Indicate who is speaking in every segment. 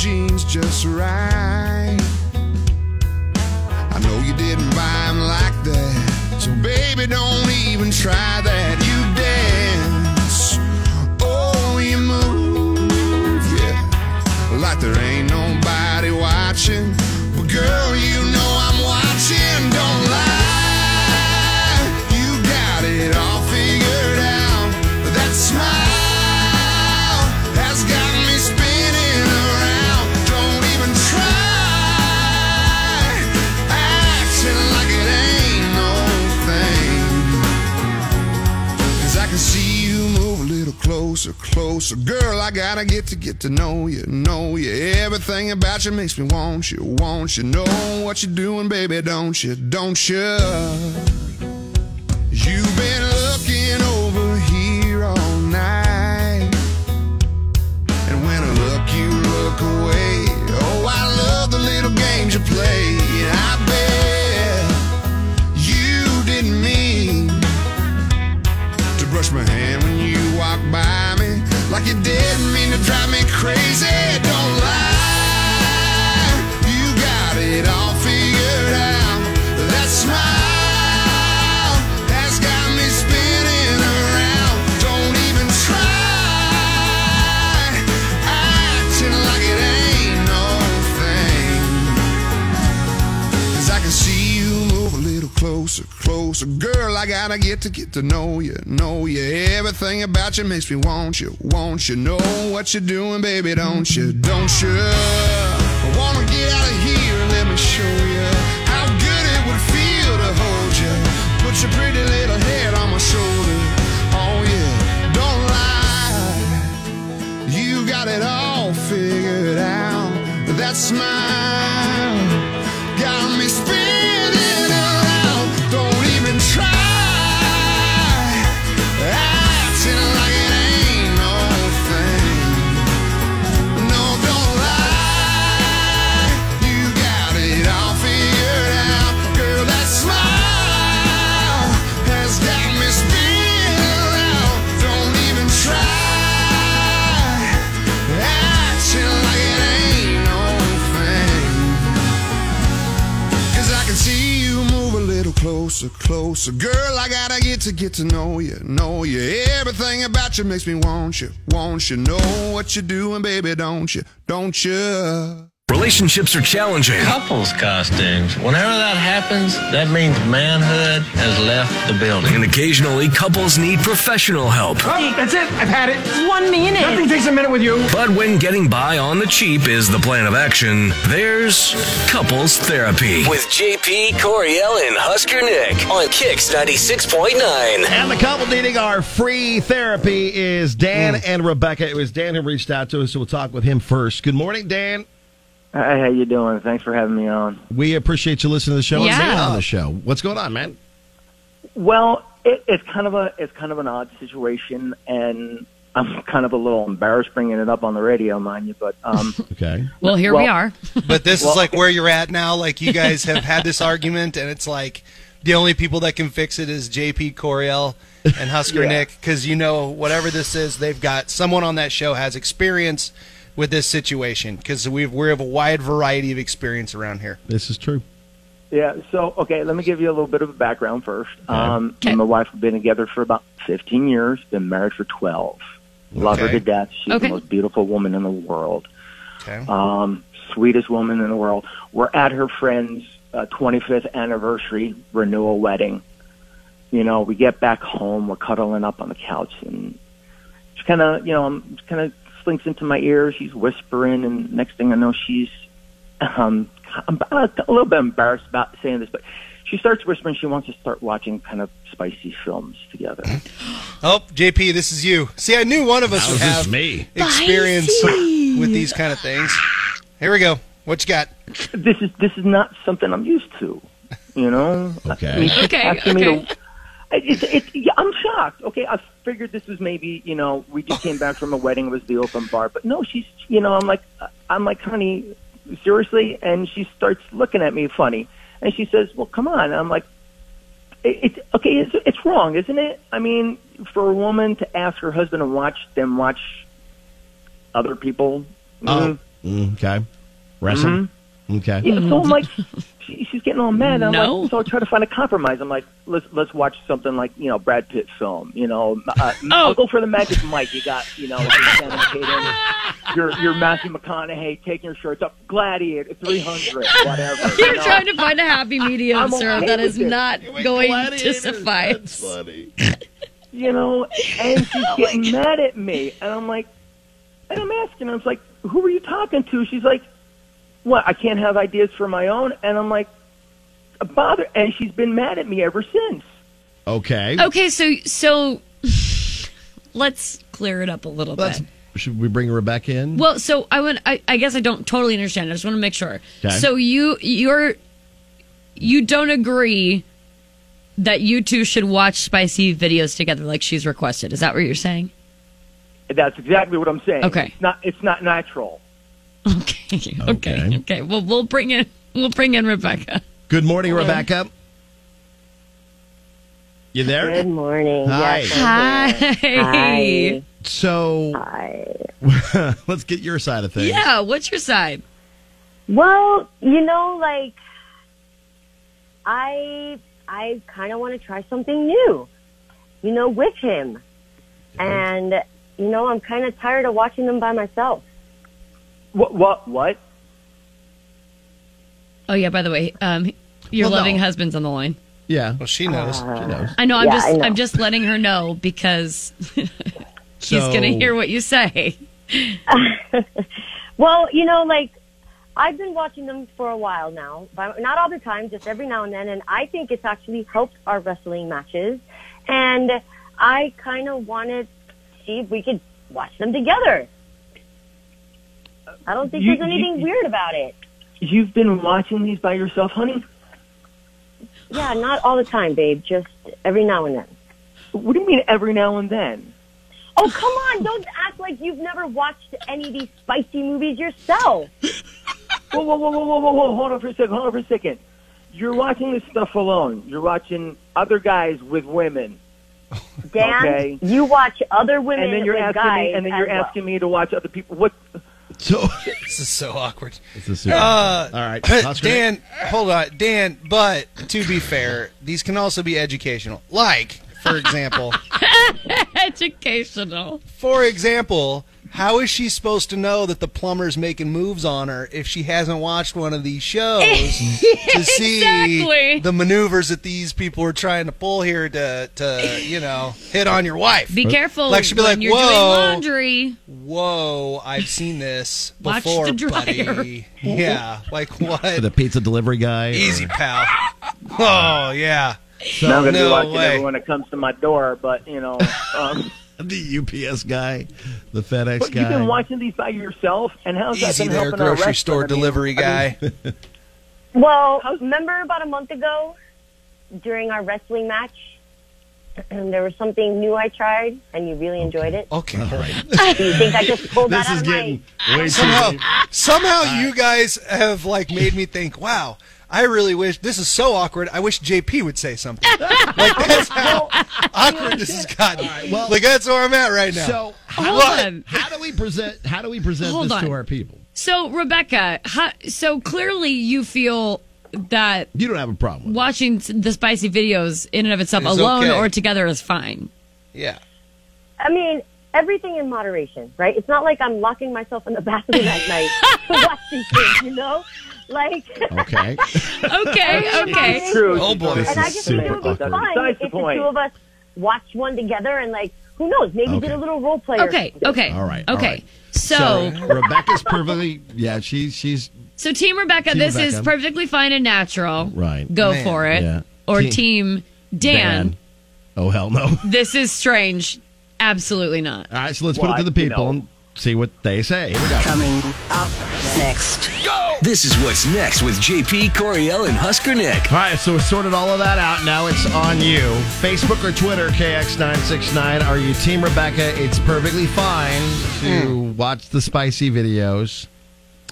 Speaker 1: just right. I know you didn't buy 'em like that, so baby, don't even try that. You dance, oh, you move, yeah, like there ain't nobody watching. But girl, you know I'm watching. Don't lie, you got it all figured out. But that smile has got me spinning around. Don't even try acting like it ain't no thing. Cause I can see you move a little closer, closer. Girl, I gotta get to get to know you, know you. Everything about you makes me want you, want you. Know what you're doing, baby, don't you, don't you? You've been looking over here all night. And when I look, you look away. Oh, I love the little games you play. I bet you didn't mean to brush my hand when you walk by me like you didn't mean to drive me crazy don't lie you got it all figured out that smile has got me spinning around don't even try acting like it ain't no thing Cause I can see you move a little closer, closer. Girl, I gotta get to get to know you, know you. Everything about you makes me want you, want you. Know what you're doing, baby, don't you, don't you? I wanna get out of here and let me show you how good it would feel to hold you. Put your pretty little head on my shoulder. Oh yeah, don't lie. You got it all figured out. That smile got me spinning around. Don't even try acting like it ain't no thing. No, don't lie. You got it all figured out, girl. That smile has got me spinning around. Don't even try acting like it ain't no thing. Cause I can see you move a little closer, closer. Girl, I gotta get to get to know you, know you. Everything about you makes me want you, want you. Know what you're doing, baby, don't you, don't you?
Speaker 2: Relationships are challenging.
Speaker 3: Couples costumes. Whenever that happens, that means manhood has left the building.
Speaker 2: And occasionally, couples need professional help.
Speaker 4: Oh, that's it. I've had it.
Speaker 5: One minute.
Speaker 4: Nothing takes a minute with you.
Speaker 2: But when getting by on the cheap is the plan of action, there's couples therapy. With JP, Coriel, and Husker Nick on Kicks 96.9.
Speaker 6: And the couple needing our free therapy is Dan
Speaker 7: Mm.
Speaker 6: and Rebecca. It was Dan who reached out to us, so we'll talk with him first. Good morning, Dan.
Speaker 8: Hi, how you doing? Thanks for having me on.
Speaker 6: We appreciate you listening to the show and
Speaker 5: Yeah.
Speaker 6: being on the show. What's going on, man?
Speaker 8: Well, it, it's kind of a it's kind of an odd situation, and I'm kind of a little embarrassed bringing it up on the radio, mind you. But um,
Speaker 6: Okay.
Speaker 5: Well, here we
Speaker 8: Well-
Speaker 5: are.
Speaker 7: But this
Speaker 8: Well-
Speaker 7: is like where you're at now. Like you guys have had this argument, and it's like the only people that can fix it is JP Coriel and Husker
Speaker 8: Yeah.
Speaker 7: Nick because you know whatever this is, they've got someone on that show has experience with this situation because we've we have a wide variety of experience around here.
Speaker 6: This is true.
Speaker 8: yeah, so okay, let me give you a little bit of a background first. Um, me
Speaker 5: Okay.
Speaker 8: and my wife have been together for about 15 years, been married for 12. Love her
Speaker 7: Okay.
Speaker 8: to death. She's
Speaker 5: Okay.
Speaker 8: the most beautiful woman in the world.
Speaker 7: Okay.
Speaker 8: um, sweetest woman in the world. We're at her friend's uh, 25th anniversary renewal wedding. You know, we get back home, we're cuddling up on the couch, and she kind of, you know, kind of slinks into my ear. She's whispering, and next thing I know, she's um, I'm a little bit embarrassed about saying this, but she starts whispering she wants to start watching kind of spicy films together.
Speaker 7: Oh, JP, this is you. See, I knew one of us would have
Speaker 2: me.
Speaker 7: experience with these kind of things. Here we go. What you got?
Speaker 8: this is this is not something I'm used to. You know.
Speaker 6: Okay.
Speaker 8: I mean, she's
Speaker 5: Okay,
Speaker 8: asking me
Speaker 5: okay.
Speaker 8: to- I- it's, it's, yeah, I'm shocked. Okay, I figured this was maybe you know we just came back from a wedding, it was the open bar, but no, she's you know I'm like I'm like honey, seriously, and she starts looking at me funny, and she says, well, come on, and I'm like. It, it, okay, it's, it's wrong, isn't it? I mean, for a woman to ask her husband to watch them watch other people,
Speaker 6: Oh.
Speaker 8: mm,
Speaker 6: Mm, Okay. Wrestling? Okay.
Speaker 8: Mm-hmm. Yeah, so I'm like, she, she's getting all mad. I'm
Speaker 5: Mm. No.
Speaker 8: like, so I try to find a compromise. I'm like, let's let's watch something like you know Brad Pitt film. You know, uh,
Speaker 5: Oh.
Speaker 8: I'll go for the Magic Mike. You got you know, Channing Tatum, your your Matthew McConaughey taking your shirts off, Gladiator 300, whatever. you
Speaker 5: You're
Speaker 8: know?
Speaker 5: trying to find a happy medium,
Speaker 8: I'm
Speaker 5: sir.
Speaker 8: okay
Speaker 5: That
Speaker 8: with
Speaker 5: is
Speaker 8: it.
Speaker 5: not going to suffice.
Speaker 8: you know, and she's
Speaker 5: Oh
Speaker 8: getting mad at me. And I'm like, and I'm asking her, I was like, who were you talking to? She's like, what, I can't have ideas for my own? And I'm like, bother. And she's been mad at me ever since.
Speaker 6: Okay.
Speaker 5: Okay, so so let's clear it up a little
Speaker 6: Let's-
Speaker 5: bit.
Speaker 6: should we bring her back in?
Speaker 5: Well, so I want. I, I guess I don't totally understand. I just want to make sure.
Speaker 6: Okay.
Speaker 5: So you you're you don't agree that you two should watch spicy videos together, like she's requested. Is that what you're saying?
Speaker 8: That's exactly what I'm saying.
Speaker 5: Okay.
Speaker 8: It's not, it's not natural.
Speaker 5: Okay. Okay.
Speaker 6: Okay.
Speaker 5: Okay. Well, we'll bring in we'll bring in Rebecca.
Speaker 6: Good morning, Rebecca. You there?
Speaker 9: Good morning.
Speaker 6: Hi.
Speaker 9: Yes,
Speaker 5: Hi.
Speaker 9: Hi.
Speaker 6: So
Speaker 9: Hi.
Speaker 6: let's get your side of things.
Speaker 5: Yeah. What's your side?
Speaker 9: Well, you know, like I I kind of want to try something new. You know, with him. And you know, I'm kind of tired of watching them by myself.
Speaker 8: What, what, what?
Speaker 5: Oh yeah. By the way, um, your
Speaker 6: Well, no.
Speaker 5: loving husband's on the line.
Speaker 6: Yeah.
Speaker 7: Well, she knows.
Speaker 6: She
Speaker 9: Uh,
Speaker 6: knows.
Speaker 5: I know. I'm
Speaker 9: Yeah,
Speaker 5: just
Speaker 9: I know.
Speaker 5: I'm just letting her know because she's
Speaker 6: So-
Speaker 5: gonna hear what you say.
Speaker 9: Well, you know, like I've been watching them for a while now, but not all the time, just every now and then. And I think it's actually helped our wrestling matches. And I kind of want to see if we could watch them together. I don't think
Speaker 8: You-
Speaker 9: there's anything
Speaker 8: you-
Speaker 9: weird about it.
Speaker 8: You've been watching these by yourself, honey?
Speaker 9: Yeah, not all the time, babe. Just every now and then.
Speaker 8: What do you mean every now and then?
Speaker 9: Oh, come on. Don't act like you've never watched any of these spicy movies yourself.
Speaker 8: Whoa, whoa, whoa, whoa, whoa, whoa, whoa. Hold on for a second. Hold on for a second. You're watching this stuff alone. You're watching other guys with women.
Speaker 9: Dan,
Speaker 8: Okay.
Speaker 9: you watch other women
Speaker 8: and then you're
Speaker 9: with
Speaker 8: asking
Speaker 9: guys
Speaker 8: me, and then
Speaker 9: as
Speaker 8: you're
Speaker 9: well.
Speaker 8: asking me to watch other people. What?
Speaker 6: So
Speaker 7: This is so awkward.
Speaker 6: it's a super.
Speaker 7: Uh,
Speaker 6: All right. Oscar.
Speaker 7: Dan, hold on, Dan. But to be fair, these can also be educational. Like, for example,
Speaker 5: Educational.
Speaker 7: for example, how is she supposed to know that the plumber's making moves on her if she hasn't watched one of these shows to see
Speaker 5: Exactly.
Speaker 7: the maneuvers that these people are trying to pull here to, to you know, hit on your wife?
Speaker 5: Be careful
Speaker 7: Like, she'd be
Speaker 5: when
Speaker 7: like,
Speaker 5: you're
Speaker 7: "Whoa."
Speaker 5: doing laundry.
Speaker 7: Whoa, I've seen this
Speaker 5: Watch
Speaker 7: before,
Speaker 5: the dryer.
Speaker 7: buddy. Yeah, like
Speaker 6: For
Speaker 7: what?
Speaker 6: the pizza delivery guy. or-
Speaker 7: Easy, pal. Oh yeah.
Speaker 8: now I'm gonna
Speaker 7: no
Speaker 8: be watching
Speaker 7: way.
Speaker 8: everyone that comes to my door, but you know, um,
Speaker 6: the UPS guy, the FedEx
Speaker 8: but
Speaker 6: guy.
Speaker 8: you've been watching these by yourself, and how's that
Speaker 7: Easy
Speaker 8: been
Speaker 7: there,
Speaker 8: helping our
Speaker 7: grocery
Speaker 8: wrestling?
Speaker 7: store
Speaker 8: I mean,
Speaker 7: delivery guy.
Speaker 9: Well, remember about a month ago during our wrestling match, there was something new I tried, and you really enjoyed it.
Speaker 7: Okay, all right.
Speaker 9: Do you think I just pulled that
Speaker 6: This
Speaker 9: out
Speaker 6: is
Speaker 9: of
Speaker 6: getting way too.
Speaker 7: somehow, somehow you guys have like made me think. Wow, I really wish this is so awkward. I wish JP would say something. like that's how awkward this has gotten.
Speaker 6: well-
Speaker 7: like that's where I'm at right now.
Speaker 6: So
Speaker 5: Hold on.
Speaker 6: how do we present? How do we present
Speaker 5: Hold
Speaker 6: this to
Speaker 5: on.
Speaker 6: our people?
Speaker 5: So Rebecca, how, so clearly you feel that
Speaker 6: You don't have a problem. With
Speaker 5: watching s- the spicy videos in and of itself
Speaker 7: Is
Speaker 5: alone
Speaker 7: okay.
Speaker 5: or together is fine.
Speaker 7: yeah,
Speaker 9: I mean, everything in moderation, right? It's not like I'm locking myself in the bathroom at night to watch these things, you know? Like,
Speaker 6: it. Okay.
Speaker 5: Okay. okay.
Speaker 8: It's true.
Speaker 7: Oh, boy.
Speaker 6: This
Speaker 9: and I
Speaker 6: is
Speaker 9: just think it
Speaker 6: super
Speaker 9: would be
Speaker 6: awkward.
Speaker 9: fun
Speaker 8: Besides
Speaker 9: if
Speaker 8: the
Speaker 9: the
Speaker 8: point.
Speaker 9: two of us watched one together and, like, who knows, maybe
Speaker 6: Okay.
Speaker 9: did a little role play. or
Speaker 5: Okay.
Speaker 9: something.
Speaker 5: Okay.
Speaker 6: All right, all
Speaker 5: Okay.
Speaker 6: right.
Speaker 5: So,
Speaker 6: Rebecca's perfectly. Yeah, she's she's
Speaker 5: so Team Rebecca,
Speaker 6: Team
Speaker 5: this is
Speaker 6: Rebecca.
Speaker 5: perfectly fine and natural.
Speaker 6: Right.
Speaker 5: Go
Speaker 7: Man,
Speaker 5: for it.
Speaker 6: yeah.
Speaker 5: Or
Speaker 6: Team-
Speaker 5: Team Dan,
Speaker 6: Dan. Oh hell no! All
Speaker 5: this is strange. Absolutely not.
Speaker 6: right, so let's
Speaker 8: Well,
Speaker 6: put it to the
Speaker 8: I- you
Speaker 6: people
Speaker 8: know.
Speaker 6: and see what they say. Here we go.
Speaker 10: Coming up next.
Speaker 2: This is what's next with JP Coriel and Husker Nick.
Speaker 6: All right, so we sorted all of that out. Now it's on you. Facebook or Twitter, KX969. Are you Team Rebecca? It's perfectly fine to watch the spicy videos.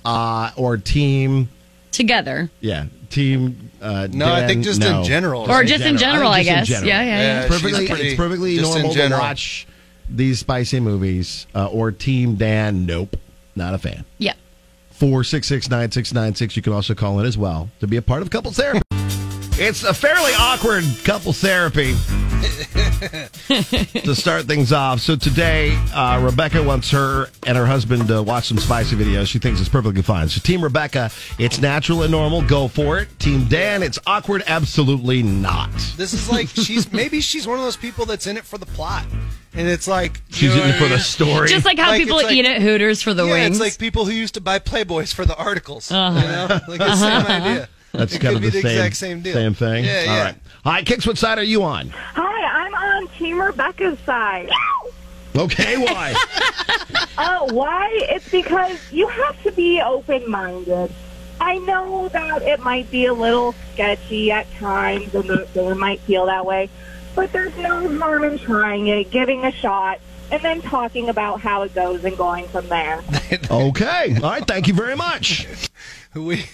Speaker 6: Uh, or Team,
Speaker 5: Together.
Speaker 6: yeah, Team. Uh,
Speaker 7: no, I
Speaker 6: Dan,
Speaker 7: think just
Speaker 6: no.
Speaker 7: in general.
Speaker 5: Or
Speaker 7: right?
Speaker 5: just in
Speaker 6: general.
Speaker 5: general,
Speaker 6: I
Speaker 5: I,
Speaker 6: think just in
Speaker 5: guess.
Speaker 6: general.
Speaker 5: Yeah, yeah, yeah.
Speaker 7: Yeah.
Speaker 6: It's perfectly,
Speaker 7: she's pretty-
Speaker 6: it's perfectly
Speaker 7: just in
Speaker 6: normal to
Speaker 7: general.
Speaker 6: watch these spicy movies. Uh, or Team Dan, nope, not a fan.
Speaker 5: Yeah.
Speaker 6: 844-669-696. You can also call in as well to be a part of couples therapy. it's a fairly awkward couples therapy to start things off. So today, uh, Rebecca wants her and her husband to watch some spicy videos. She thinks it's perfectly fine. So Team Rebecca, it's natural and normal. Go for it. Team Dan, it's awkward. Absolutely not.
Speaker 1: This is like she's maybe she's one of those people that's in it for the plot, and it's like you
Speaker 6: She's
Speaker 1: know
Speaker 6: in it
Speaker 1: what I
Speaker 6: for the
Speaker 1: mean?
Speaker 6: story.
Speaker 5: Just like how
Speaker 1: Like,
Speaker 5: people
Speaker 1: it's like-
Speaker 5: eat at Hooters for the
Speaker 1: yeah,
Speaker 5: wings.
Speaker 1: It's like people who used to buy Playboys for the articles. You know, like it's the same idea.
Speaker 6: That's
Speaker 1: it
Speaker 6: kind
Speaker 1: could
Speaker 6: of
Speaker 1: be
Speaker 6: the, same,
Speaker 1: exact same deal.
Speaker 6: Same thing.
Speaker 1: Yeah, yeah.
Speaker 6: All right. Hi, Kicks. What side are you on?
Speaker 8: Hi, I'm on Team Rebecca's side.
Speaker 6: Okay, why?
Speaker 8: Oh, why? It's because you have to be open minded. I know that it might be a little sketchy at times and th- they might feel that way, but there's no harm in trying it, giving a shot, and then talking about how it goes and going from there.
Speaker 6: okay. All right. Thank you very much.
Speaker 1: we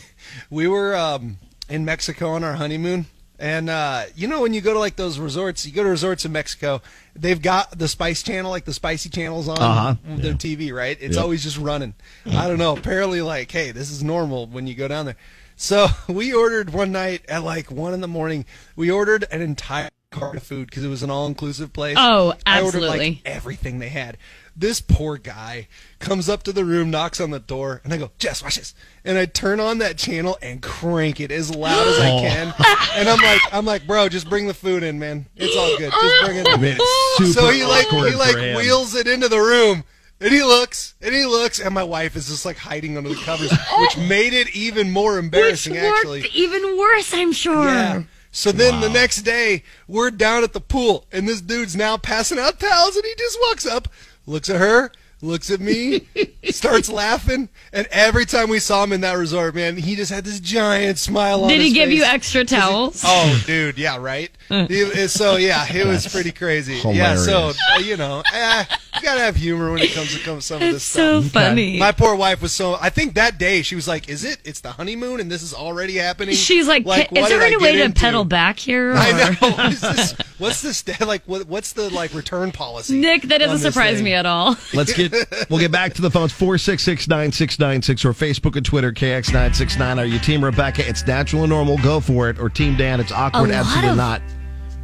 Speaker 1: we were um, in Mexico on our honeymoon, and uh, you know when you go to like those resorts, you go to resorts in Mexico, they've got the Spice Channel, like the spicy channels on
Speaker 6: Uh-huh.
Speaker 1: their TV, right? It's
Speaker 6: Yep. Mm-hmm.
Speaker 1: always just running. I don't know. Apparently, like, hey, this is normal when you go down there. So we ordered one night at like one in the morning. We ordered an entire cart of food because it was an all-inclusive place.
Speaker 5: Oh,
Speaker 1: I ordered
Speaker 5: absolutely.
Speaker 1: like everything they had. This poor guy comes up to the room, knocks on the door, and I go, Jess, watch this. And I turn on that channel and crank it as loud as I
Speaker 6: Oh.
Speaker 1: can. And I'm like, I'm like, bro, just bring the food in, man. It's all good. Just bring it in.
Speaker 6: I mean, it's super
Speaker 1: so he like
Speaker 6: awkward
Speaker 1: he like
Speaker 6: for him.
Speaker 1: wheels it into the room. And he looks, and he looks, and my wife is just like hiding under the covers, which made it even more
Speaker 5: Which
Speaker 1: embarrassing,
Speaker 5: worked
Speaker 1: actually.
Speaker 5: even worse, I'm sure.
Speaker 1: Yeah. So then the next day, we're down at the pool, and this dude's now passing out towels, and he just walks up, looks at her, looks at me, starts laughing, and every time we saw him in that resort, man, he just had this giant smile on
Speaker 5: Did he
Speaker 1: his
Speaker 5: give you
Speaker 1: face.
Speaker 5: extra towels? Uh.
Speaker 1: Oh, dude, yeah, right. He- so yeah, it was pretty crazy. Yeah, so
Speaker 6: hilarious.
Speaker 1: uh, you know, eh, you gotta have humor when it comes to come some of
Speaker 5: That's
Speaker 1: this stuff.
Speaker 5: so funny.
Speaker 1: My poor wife was so. I think that day she was like, "Is it? It's the honeymoon, and this is already happening."
Speaker 5: She's like, "Ca-
Speaker 1: what
Speaker 5: is there
Speaker 1: did I
Speaker 5: any
Speaker 1: get
Speaker 5: way to
Speaker 1: into?"
Speaker 5: pedal back here?
Speaker 1: I
Speaker 5: or-
Speaker 1: know. What is this? What's this? Like, what, what's the like return policy?
Speaker 5: Nick, that
Speaker 1: on
Speaker 5: doesn't
Speaker 1: this
Speaker 5: surprise
Speaker 1: thing?
Speaker 5: me at all.
Speaker 6: Let's get we'll get back to the phones. Four six six nine six nine six or Facebook and Twitter KX nine six nine. Are you Team Rebecca? It's natural and normal. Go for it. Or Team Dan? It's awkward.
Speaker 5: A lot
Speaker 6: Absolutely
Speaker 5: of-
Speaker 6: not.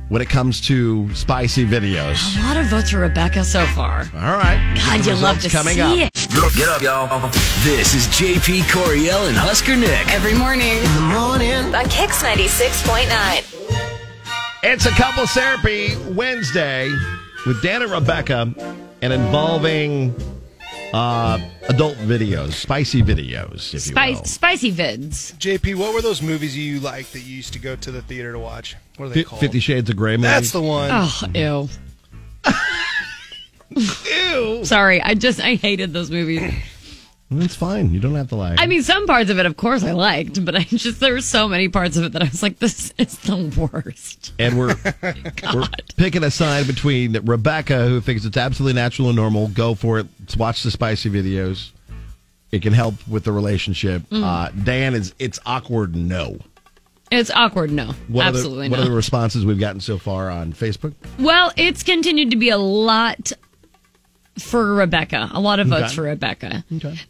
Speaker 6: When it comes to spicy videos.
Speaker 5: A lot of votes for Rebecca so far.
Speaker 6: All right.
Speaker 5: God,
Speaker 6: The
Speaker 5: you love
Speaker 6: results
Speaker 5: to
Speaker 6: coming
Speaker 5: see
Speaker 6: up.
Speaker 5: it.
Speaker 7: Get up, y'all. This is JP Coriel and Husker Nick.
Speaker 11: Every morning
Speaker 7: the morning.
Speaker 11: on Kix 96.9.
Speaker 6: It's a couple therapy Wednesday with Dan and Rebecca, and involving uh, adult videos, spicy videos, if you will.
Speaker 5: Spice, spicy vids.
Speaker 1: JP, what were those movies you liked that you used to go to the theater to watch? What are they
Speaker 6: Fi
Speaker 1: called?
Speaker 6: Fifty Shades of Grey. Movies.
Speaker 1: That's the one.
Speaker 5: Oh, ew. ew. Sorry, I just I hated those movies.
Speaker 6: That's fine. You don't have to lie.
Speaker 5: I mean, some parts of it, of course, I liked, but I just there were so many parts of it that I was like, this is the worst.
Speaker 6: and we're
Speaker 5: Oh
Speaker 6: we're picking a side between Rebecca, who thinks it's absolutely natural and normal, go for it, let's watch the spicy videos. It can help with the relationship.
Speaker 5: Mm.
Speaker 6: Uh, Dan is it's awkward. No,
Speaker 5: It's awkward. No,
Speaker 6: what
Speaker 5: absolutely
Speaker 6: Are the, What
Speaker 5: not.
Speaker 6: are the responses we've gotten so far on Facebook?
Speaker 5: Well, it's continued to be a lot for Rebecca. A lot of votes
Speaker 6: Okay.
Speaker 5: for Rebecca.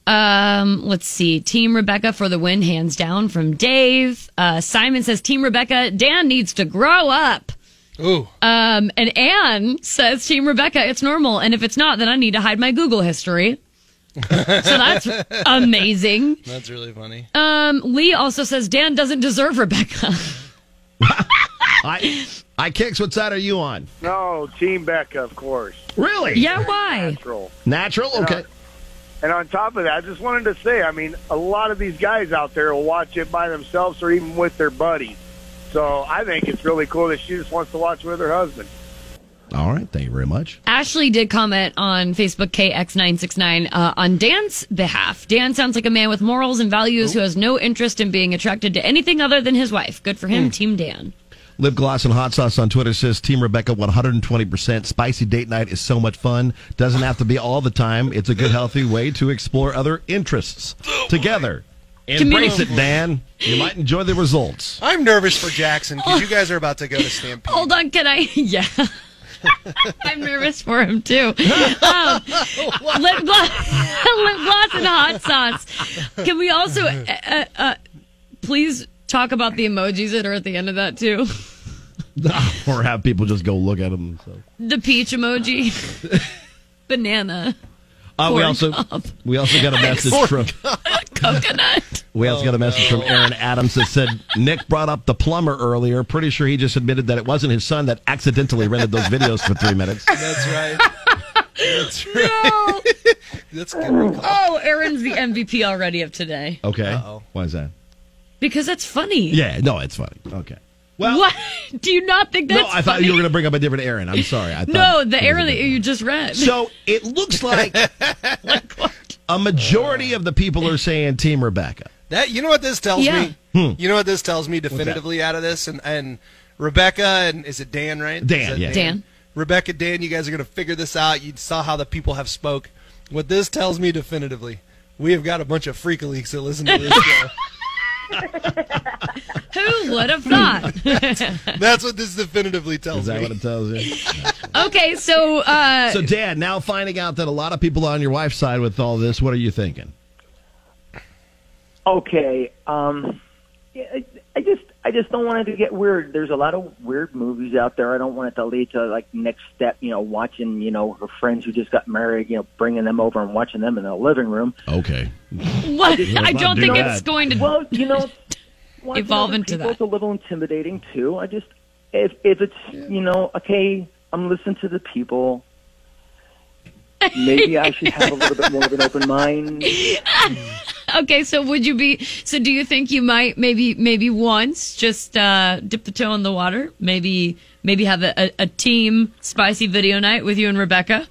Speaker 5: Um, let's see. Team Rebecca for the win, hands down from Dave. Uh, Simon says Team Rebecca. Dan needs to grow up.
Speaker 1: Ooh.
Speaker 5: Um, and Anne says Team Rebecca. It's normal, and if it's not, then I need to hide my Google history. so that's amazing.
Speaker 1: That's really funny.
Speaker 5: Um, Lee also says Dan doesn't deserve Rebecca.
Speaker 6: I I kicks. What side are you on?
Speaker 12: No, Team Becca, of course.
Speaker 6: Really?
Speaker 5: yeah, why?
Speaker 12: Natural.
Speaker 6: Natural. Okay.
Speaker 12: And on top of that, I just wanted to say, I mean, a lot of these guys out there will watch it by themselves or even with their buddies. So I think it's really cool that she just wants to watch with her husband.
Speaker 6: All right. Thank you very much.
Speaker 5: Ashley did comment on Facebook KX969 uh, on Dan's behalf. Dan sounds like a man with morals and values who has no interest in being attracted to anything other than his wife. Good for him, Team Dan.
Speaker 6: Lip Gloss and Hot Sauce on Twitter says Team Rebecca 120%. Spicy date night is so much fun. Doesn't have to be all the time. It's a good, healthy way to explore other interests together. Embrace it, Dan. You might enjoy the results.
Speaker 1: I'm nervous for Jackson because you guys are about to go to Stampede.
Speaker 5: Hold on, can I? Yeah. I'm nervous for him too. Um, lip, gloss, lip gloss and hot sauce. Can we also uh, uh, please talk about the emojis that are at the end of that too?
Speaker 6: or have people just go look at them. So.
Speaker 5: The peach emoji, banana.
Speaker 6: Uh, we
Speaker 5: corn
Speaker 6: also
Speaker 5: cob.
Speaker 6: we also got a message
Speaker 5: Corn
Speaker 6: from
Speaker 5: coconut.
Speaker 6: we also got a message from Aaron Adams that said Nick brought up the plumber earlier. Pretty sure he just admitted that it wasn't his son that accidentally rented those videos for three minutes.
Speaker 1: That's right. That's right. That's a good. recall.
Speaker 5: Oh, Aaron's the MVP already of today
Speaker 6: Okay, why is that?
Speaker 5: because that's funny.
Speaker 6: Yeah, no, it's funny. Okay,
Speaker 5: what? Do you not think that's
Speaker 6: no, I thought
Speaker 5: funny?
Speaker 6: you were going to bring up a different Aaron. I'm sorry. I thought
Speaker 5: no, the Aaron that you just read.
Speaker 6: So it looks like a majority of the people are saying Team Rebecca.
Speaker 1: That you know what this tells
Speaker 5: Yeah.
Speaker 1: me. You know what this tells me definitively out of this, and and Rebecca and is it Dan right?
Speaker 6: Dan,
Speaker 1: Is that
Speaker 6: yeah.
Speaker 5: Dan.
Speaker 1: Rebecca, Dan, you guys are gonna figure this out. You saw how the people have spoke. What this tells me definitively, we have got a bunch of freak leaks that listen to this show.
Speaker 5: Who would have thought?
Speaker 1: That's what this definitively tells
Speaker 6: Is that
Speaker 1: me.
Speaker 6: what it tells you?
Speaker 5: okay, so uh,
Speaker 6: So, Dad, now finding out that a lot of people on your wife's side with all this, what are you thinking?
Speaker 9: Okay. Um, yeah, I, I just I just don't want it to get weird. There's a lot of weird movies out there. I don't want it to lead to like next step. You know, watching you know her friends who just got married. You know, bringing them over and watching them in the living room.
Speaker 6: Okay.
Speaker 5: what?
Speaker 6: Yeah,
Speaker 5: I don't
Speaker 6: do
Speaker 5: think
Speaker 6: that.
Speaker 5: it's going to.
Speaker 9: Well, you know, watching
Speaker 5: Evolve
Speaker 9: other
Speaker 5: into
Speaker 9: people
Speaker 5: that.
Speaker 9: is a little intimidating too. I just if if it's you know okay, I'm listening to the people. Maybe I should have a little bit more of an open mind.
Speaker 5: Okay, so would you be? So do you think you might maybe maybe once just uh, dip the toe in the water? Maybe maybe have a, a, a team spicy video night with you and Rebecca.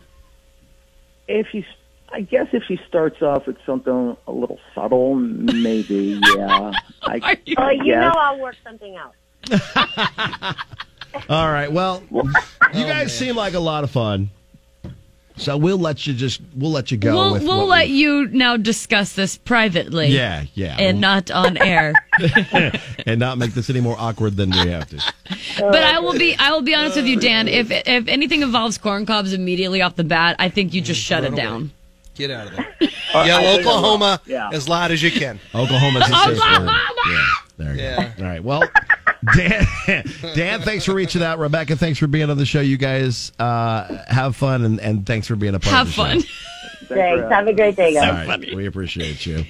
Speaker 9: if she, I guess if she starts off with something a little subtle, maybe, yeah. I,
Speaker 5: Are you-
Speaker 8: Oh,
Speaker 9: I
Speaker 8: you know
Speaker 9: guess.
Speaker 8: I'll work something out.
Speaker 6: All right. Well, you guys seem like a lot of fun. So we'll let you just we'll let you go.
Speaker 5: we'll
Speaker 6: with
Speaker 5: we'll
Speaker 6: what
Speaker 5: let
Speaker 6: we-
Speaker 5: you now discuss this privately.
Speaker 6: Yeah, yeah,
Speaker 5: And not on air,
Speaker 6: and not make this any more awkward than we have to.
Speaker 5: but I will be. I will be honest with you, Dan. If if anything involves corn cobs immediately off the bat, I think you just shut it down.
Speaker 1: Get out of there. Yell Oklahoma
Speaker 9: Yeah.
Speaker 1: as loud as you can.
Speaker 6: Oklahoma's a safe word.
Speaker 5: Oklahoma!
Speaker 6: Yeah, there you
Speaker 1: Yeah.
Speaker 6: go. All right. Well, Dan, Dan, thanks for reaching out. Rebecca, thanks for being on the show. You guys uh, have fun and, and thanks for being a part of
Speaker 5: Have
Speaker 6: the show.
Speaker 5: fun.
Speaker 9: Thanks.
Speaker 8: Thanks. Have a great day, guys.
Speaker 6: All right, We appreciate you.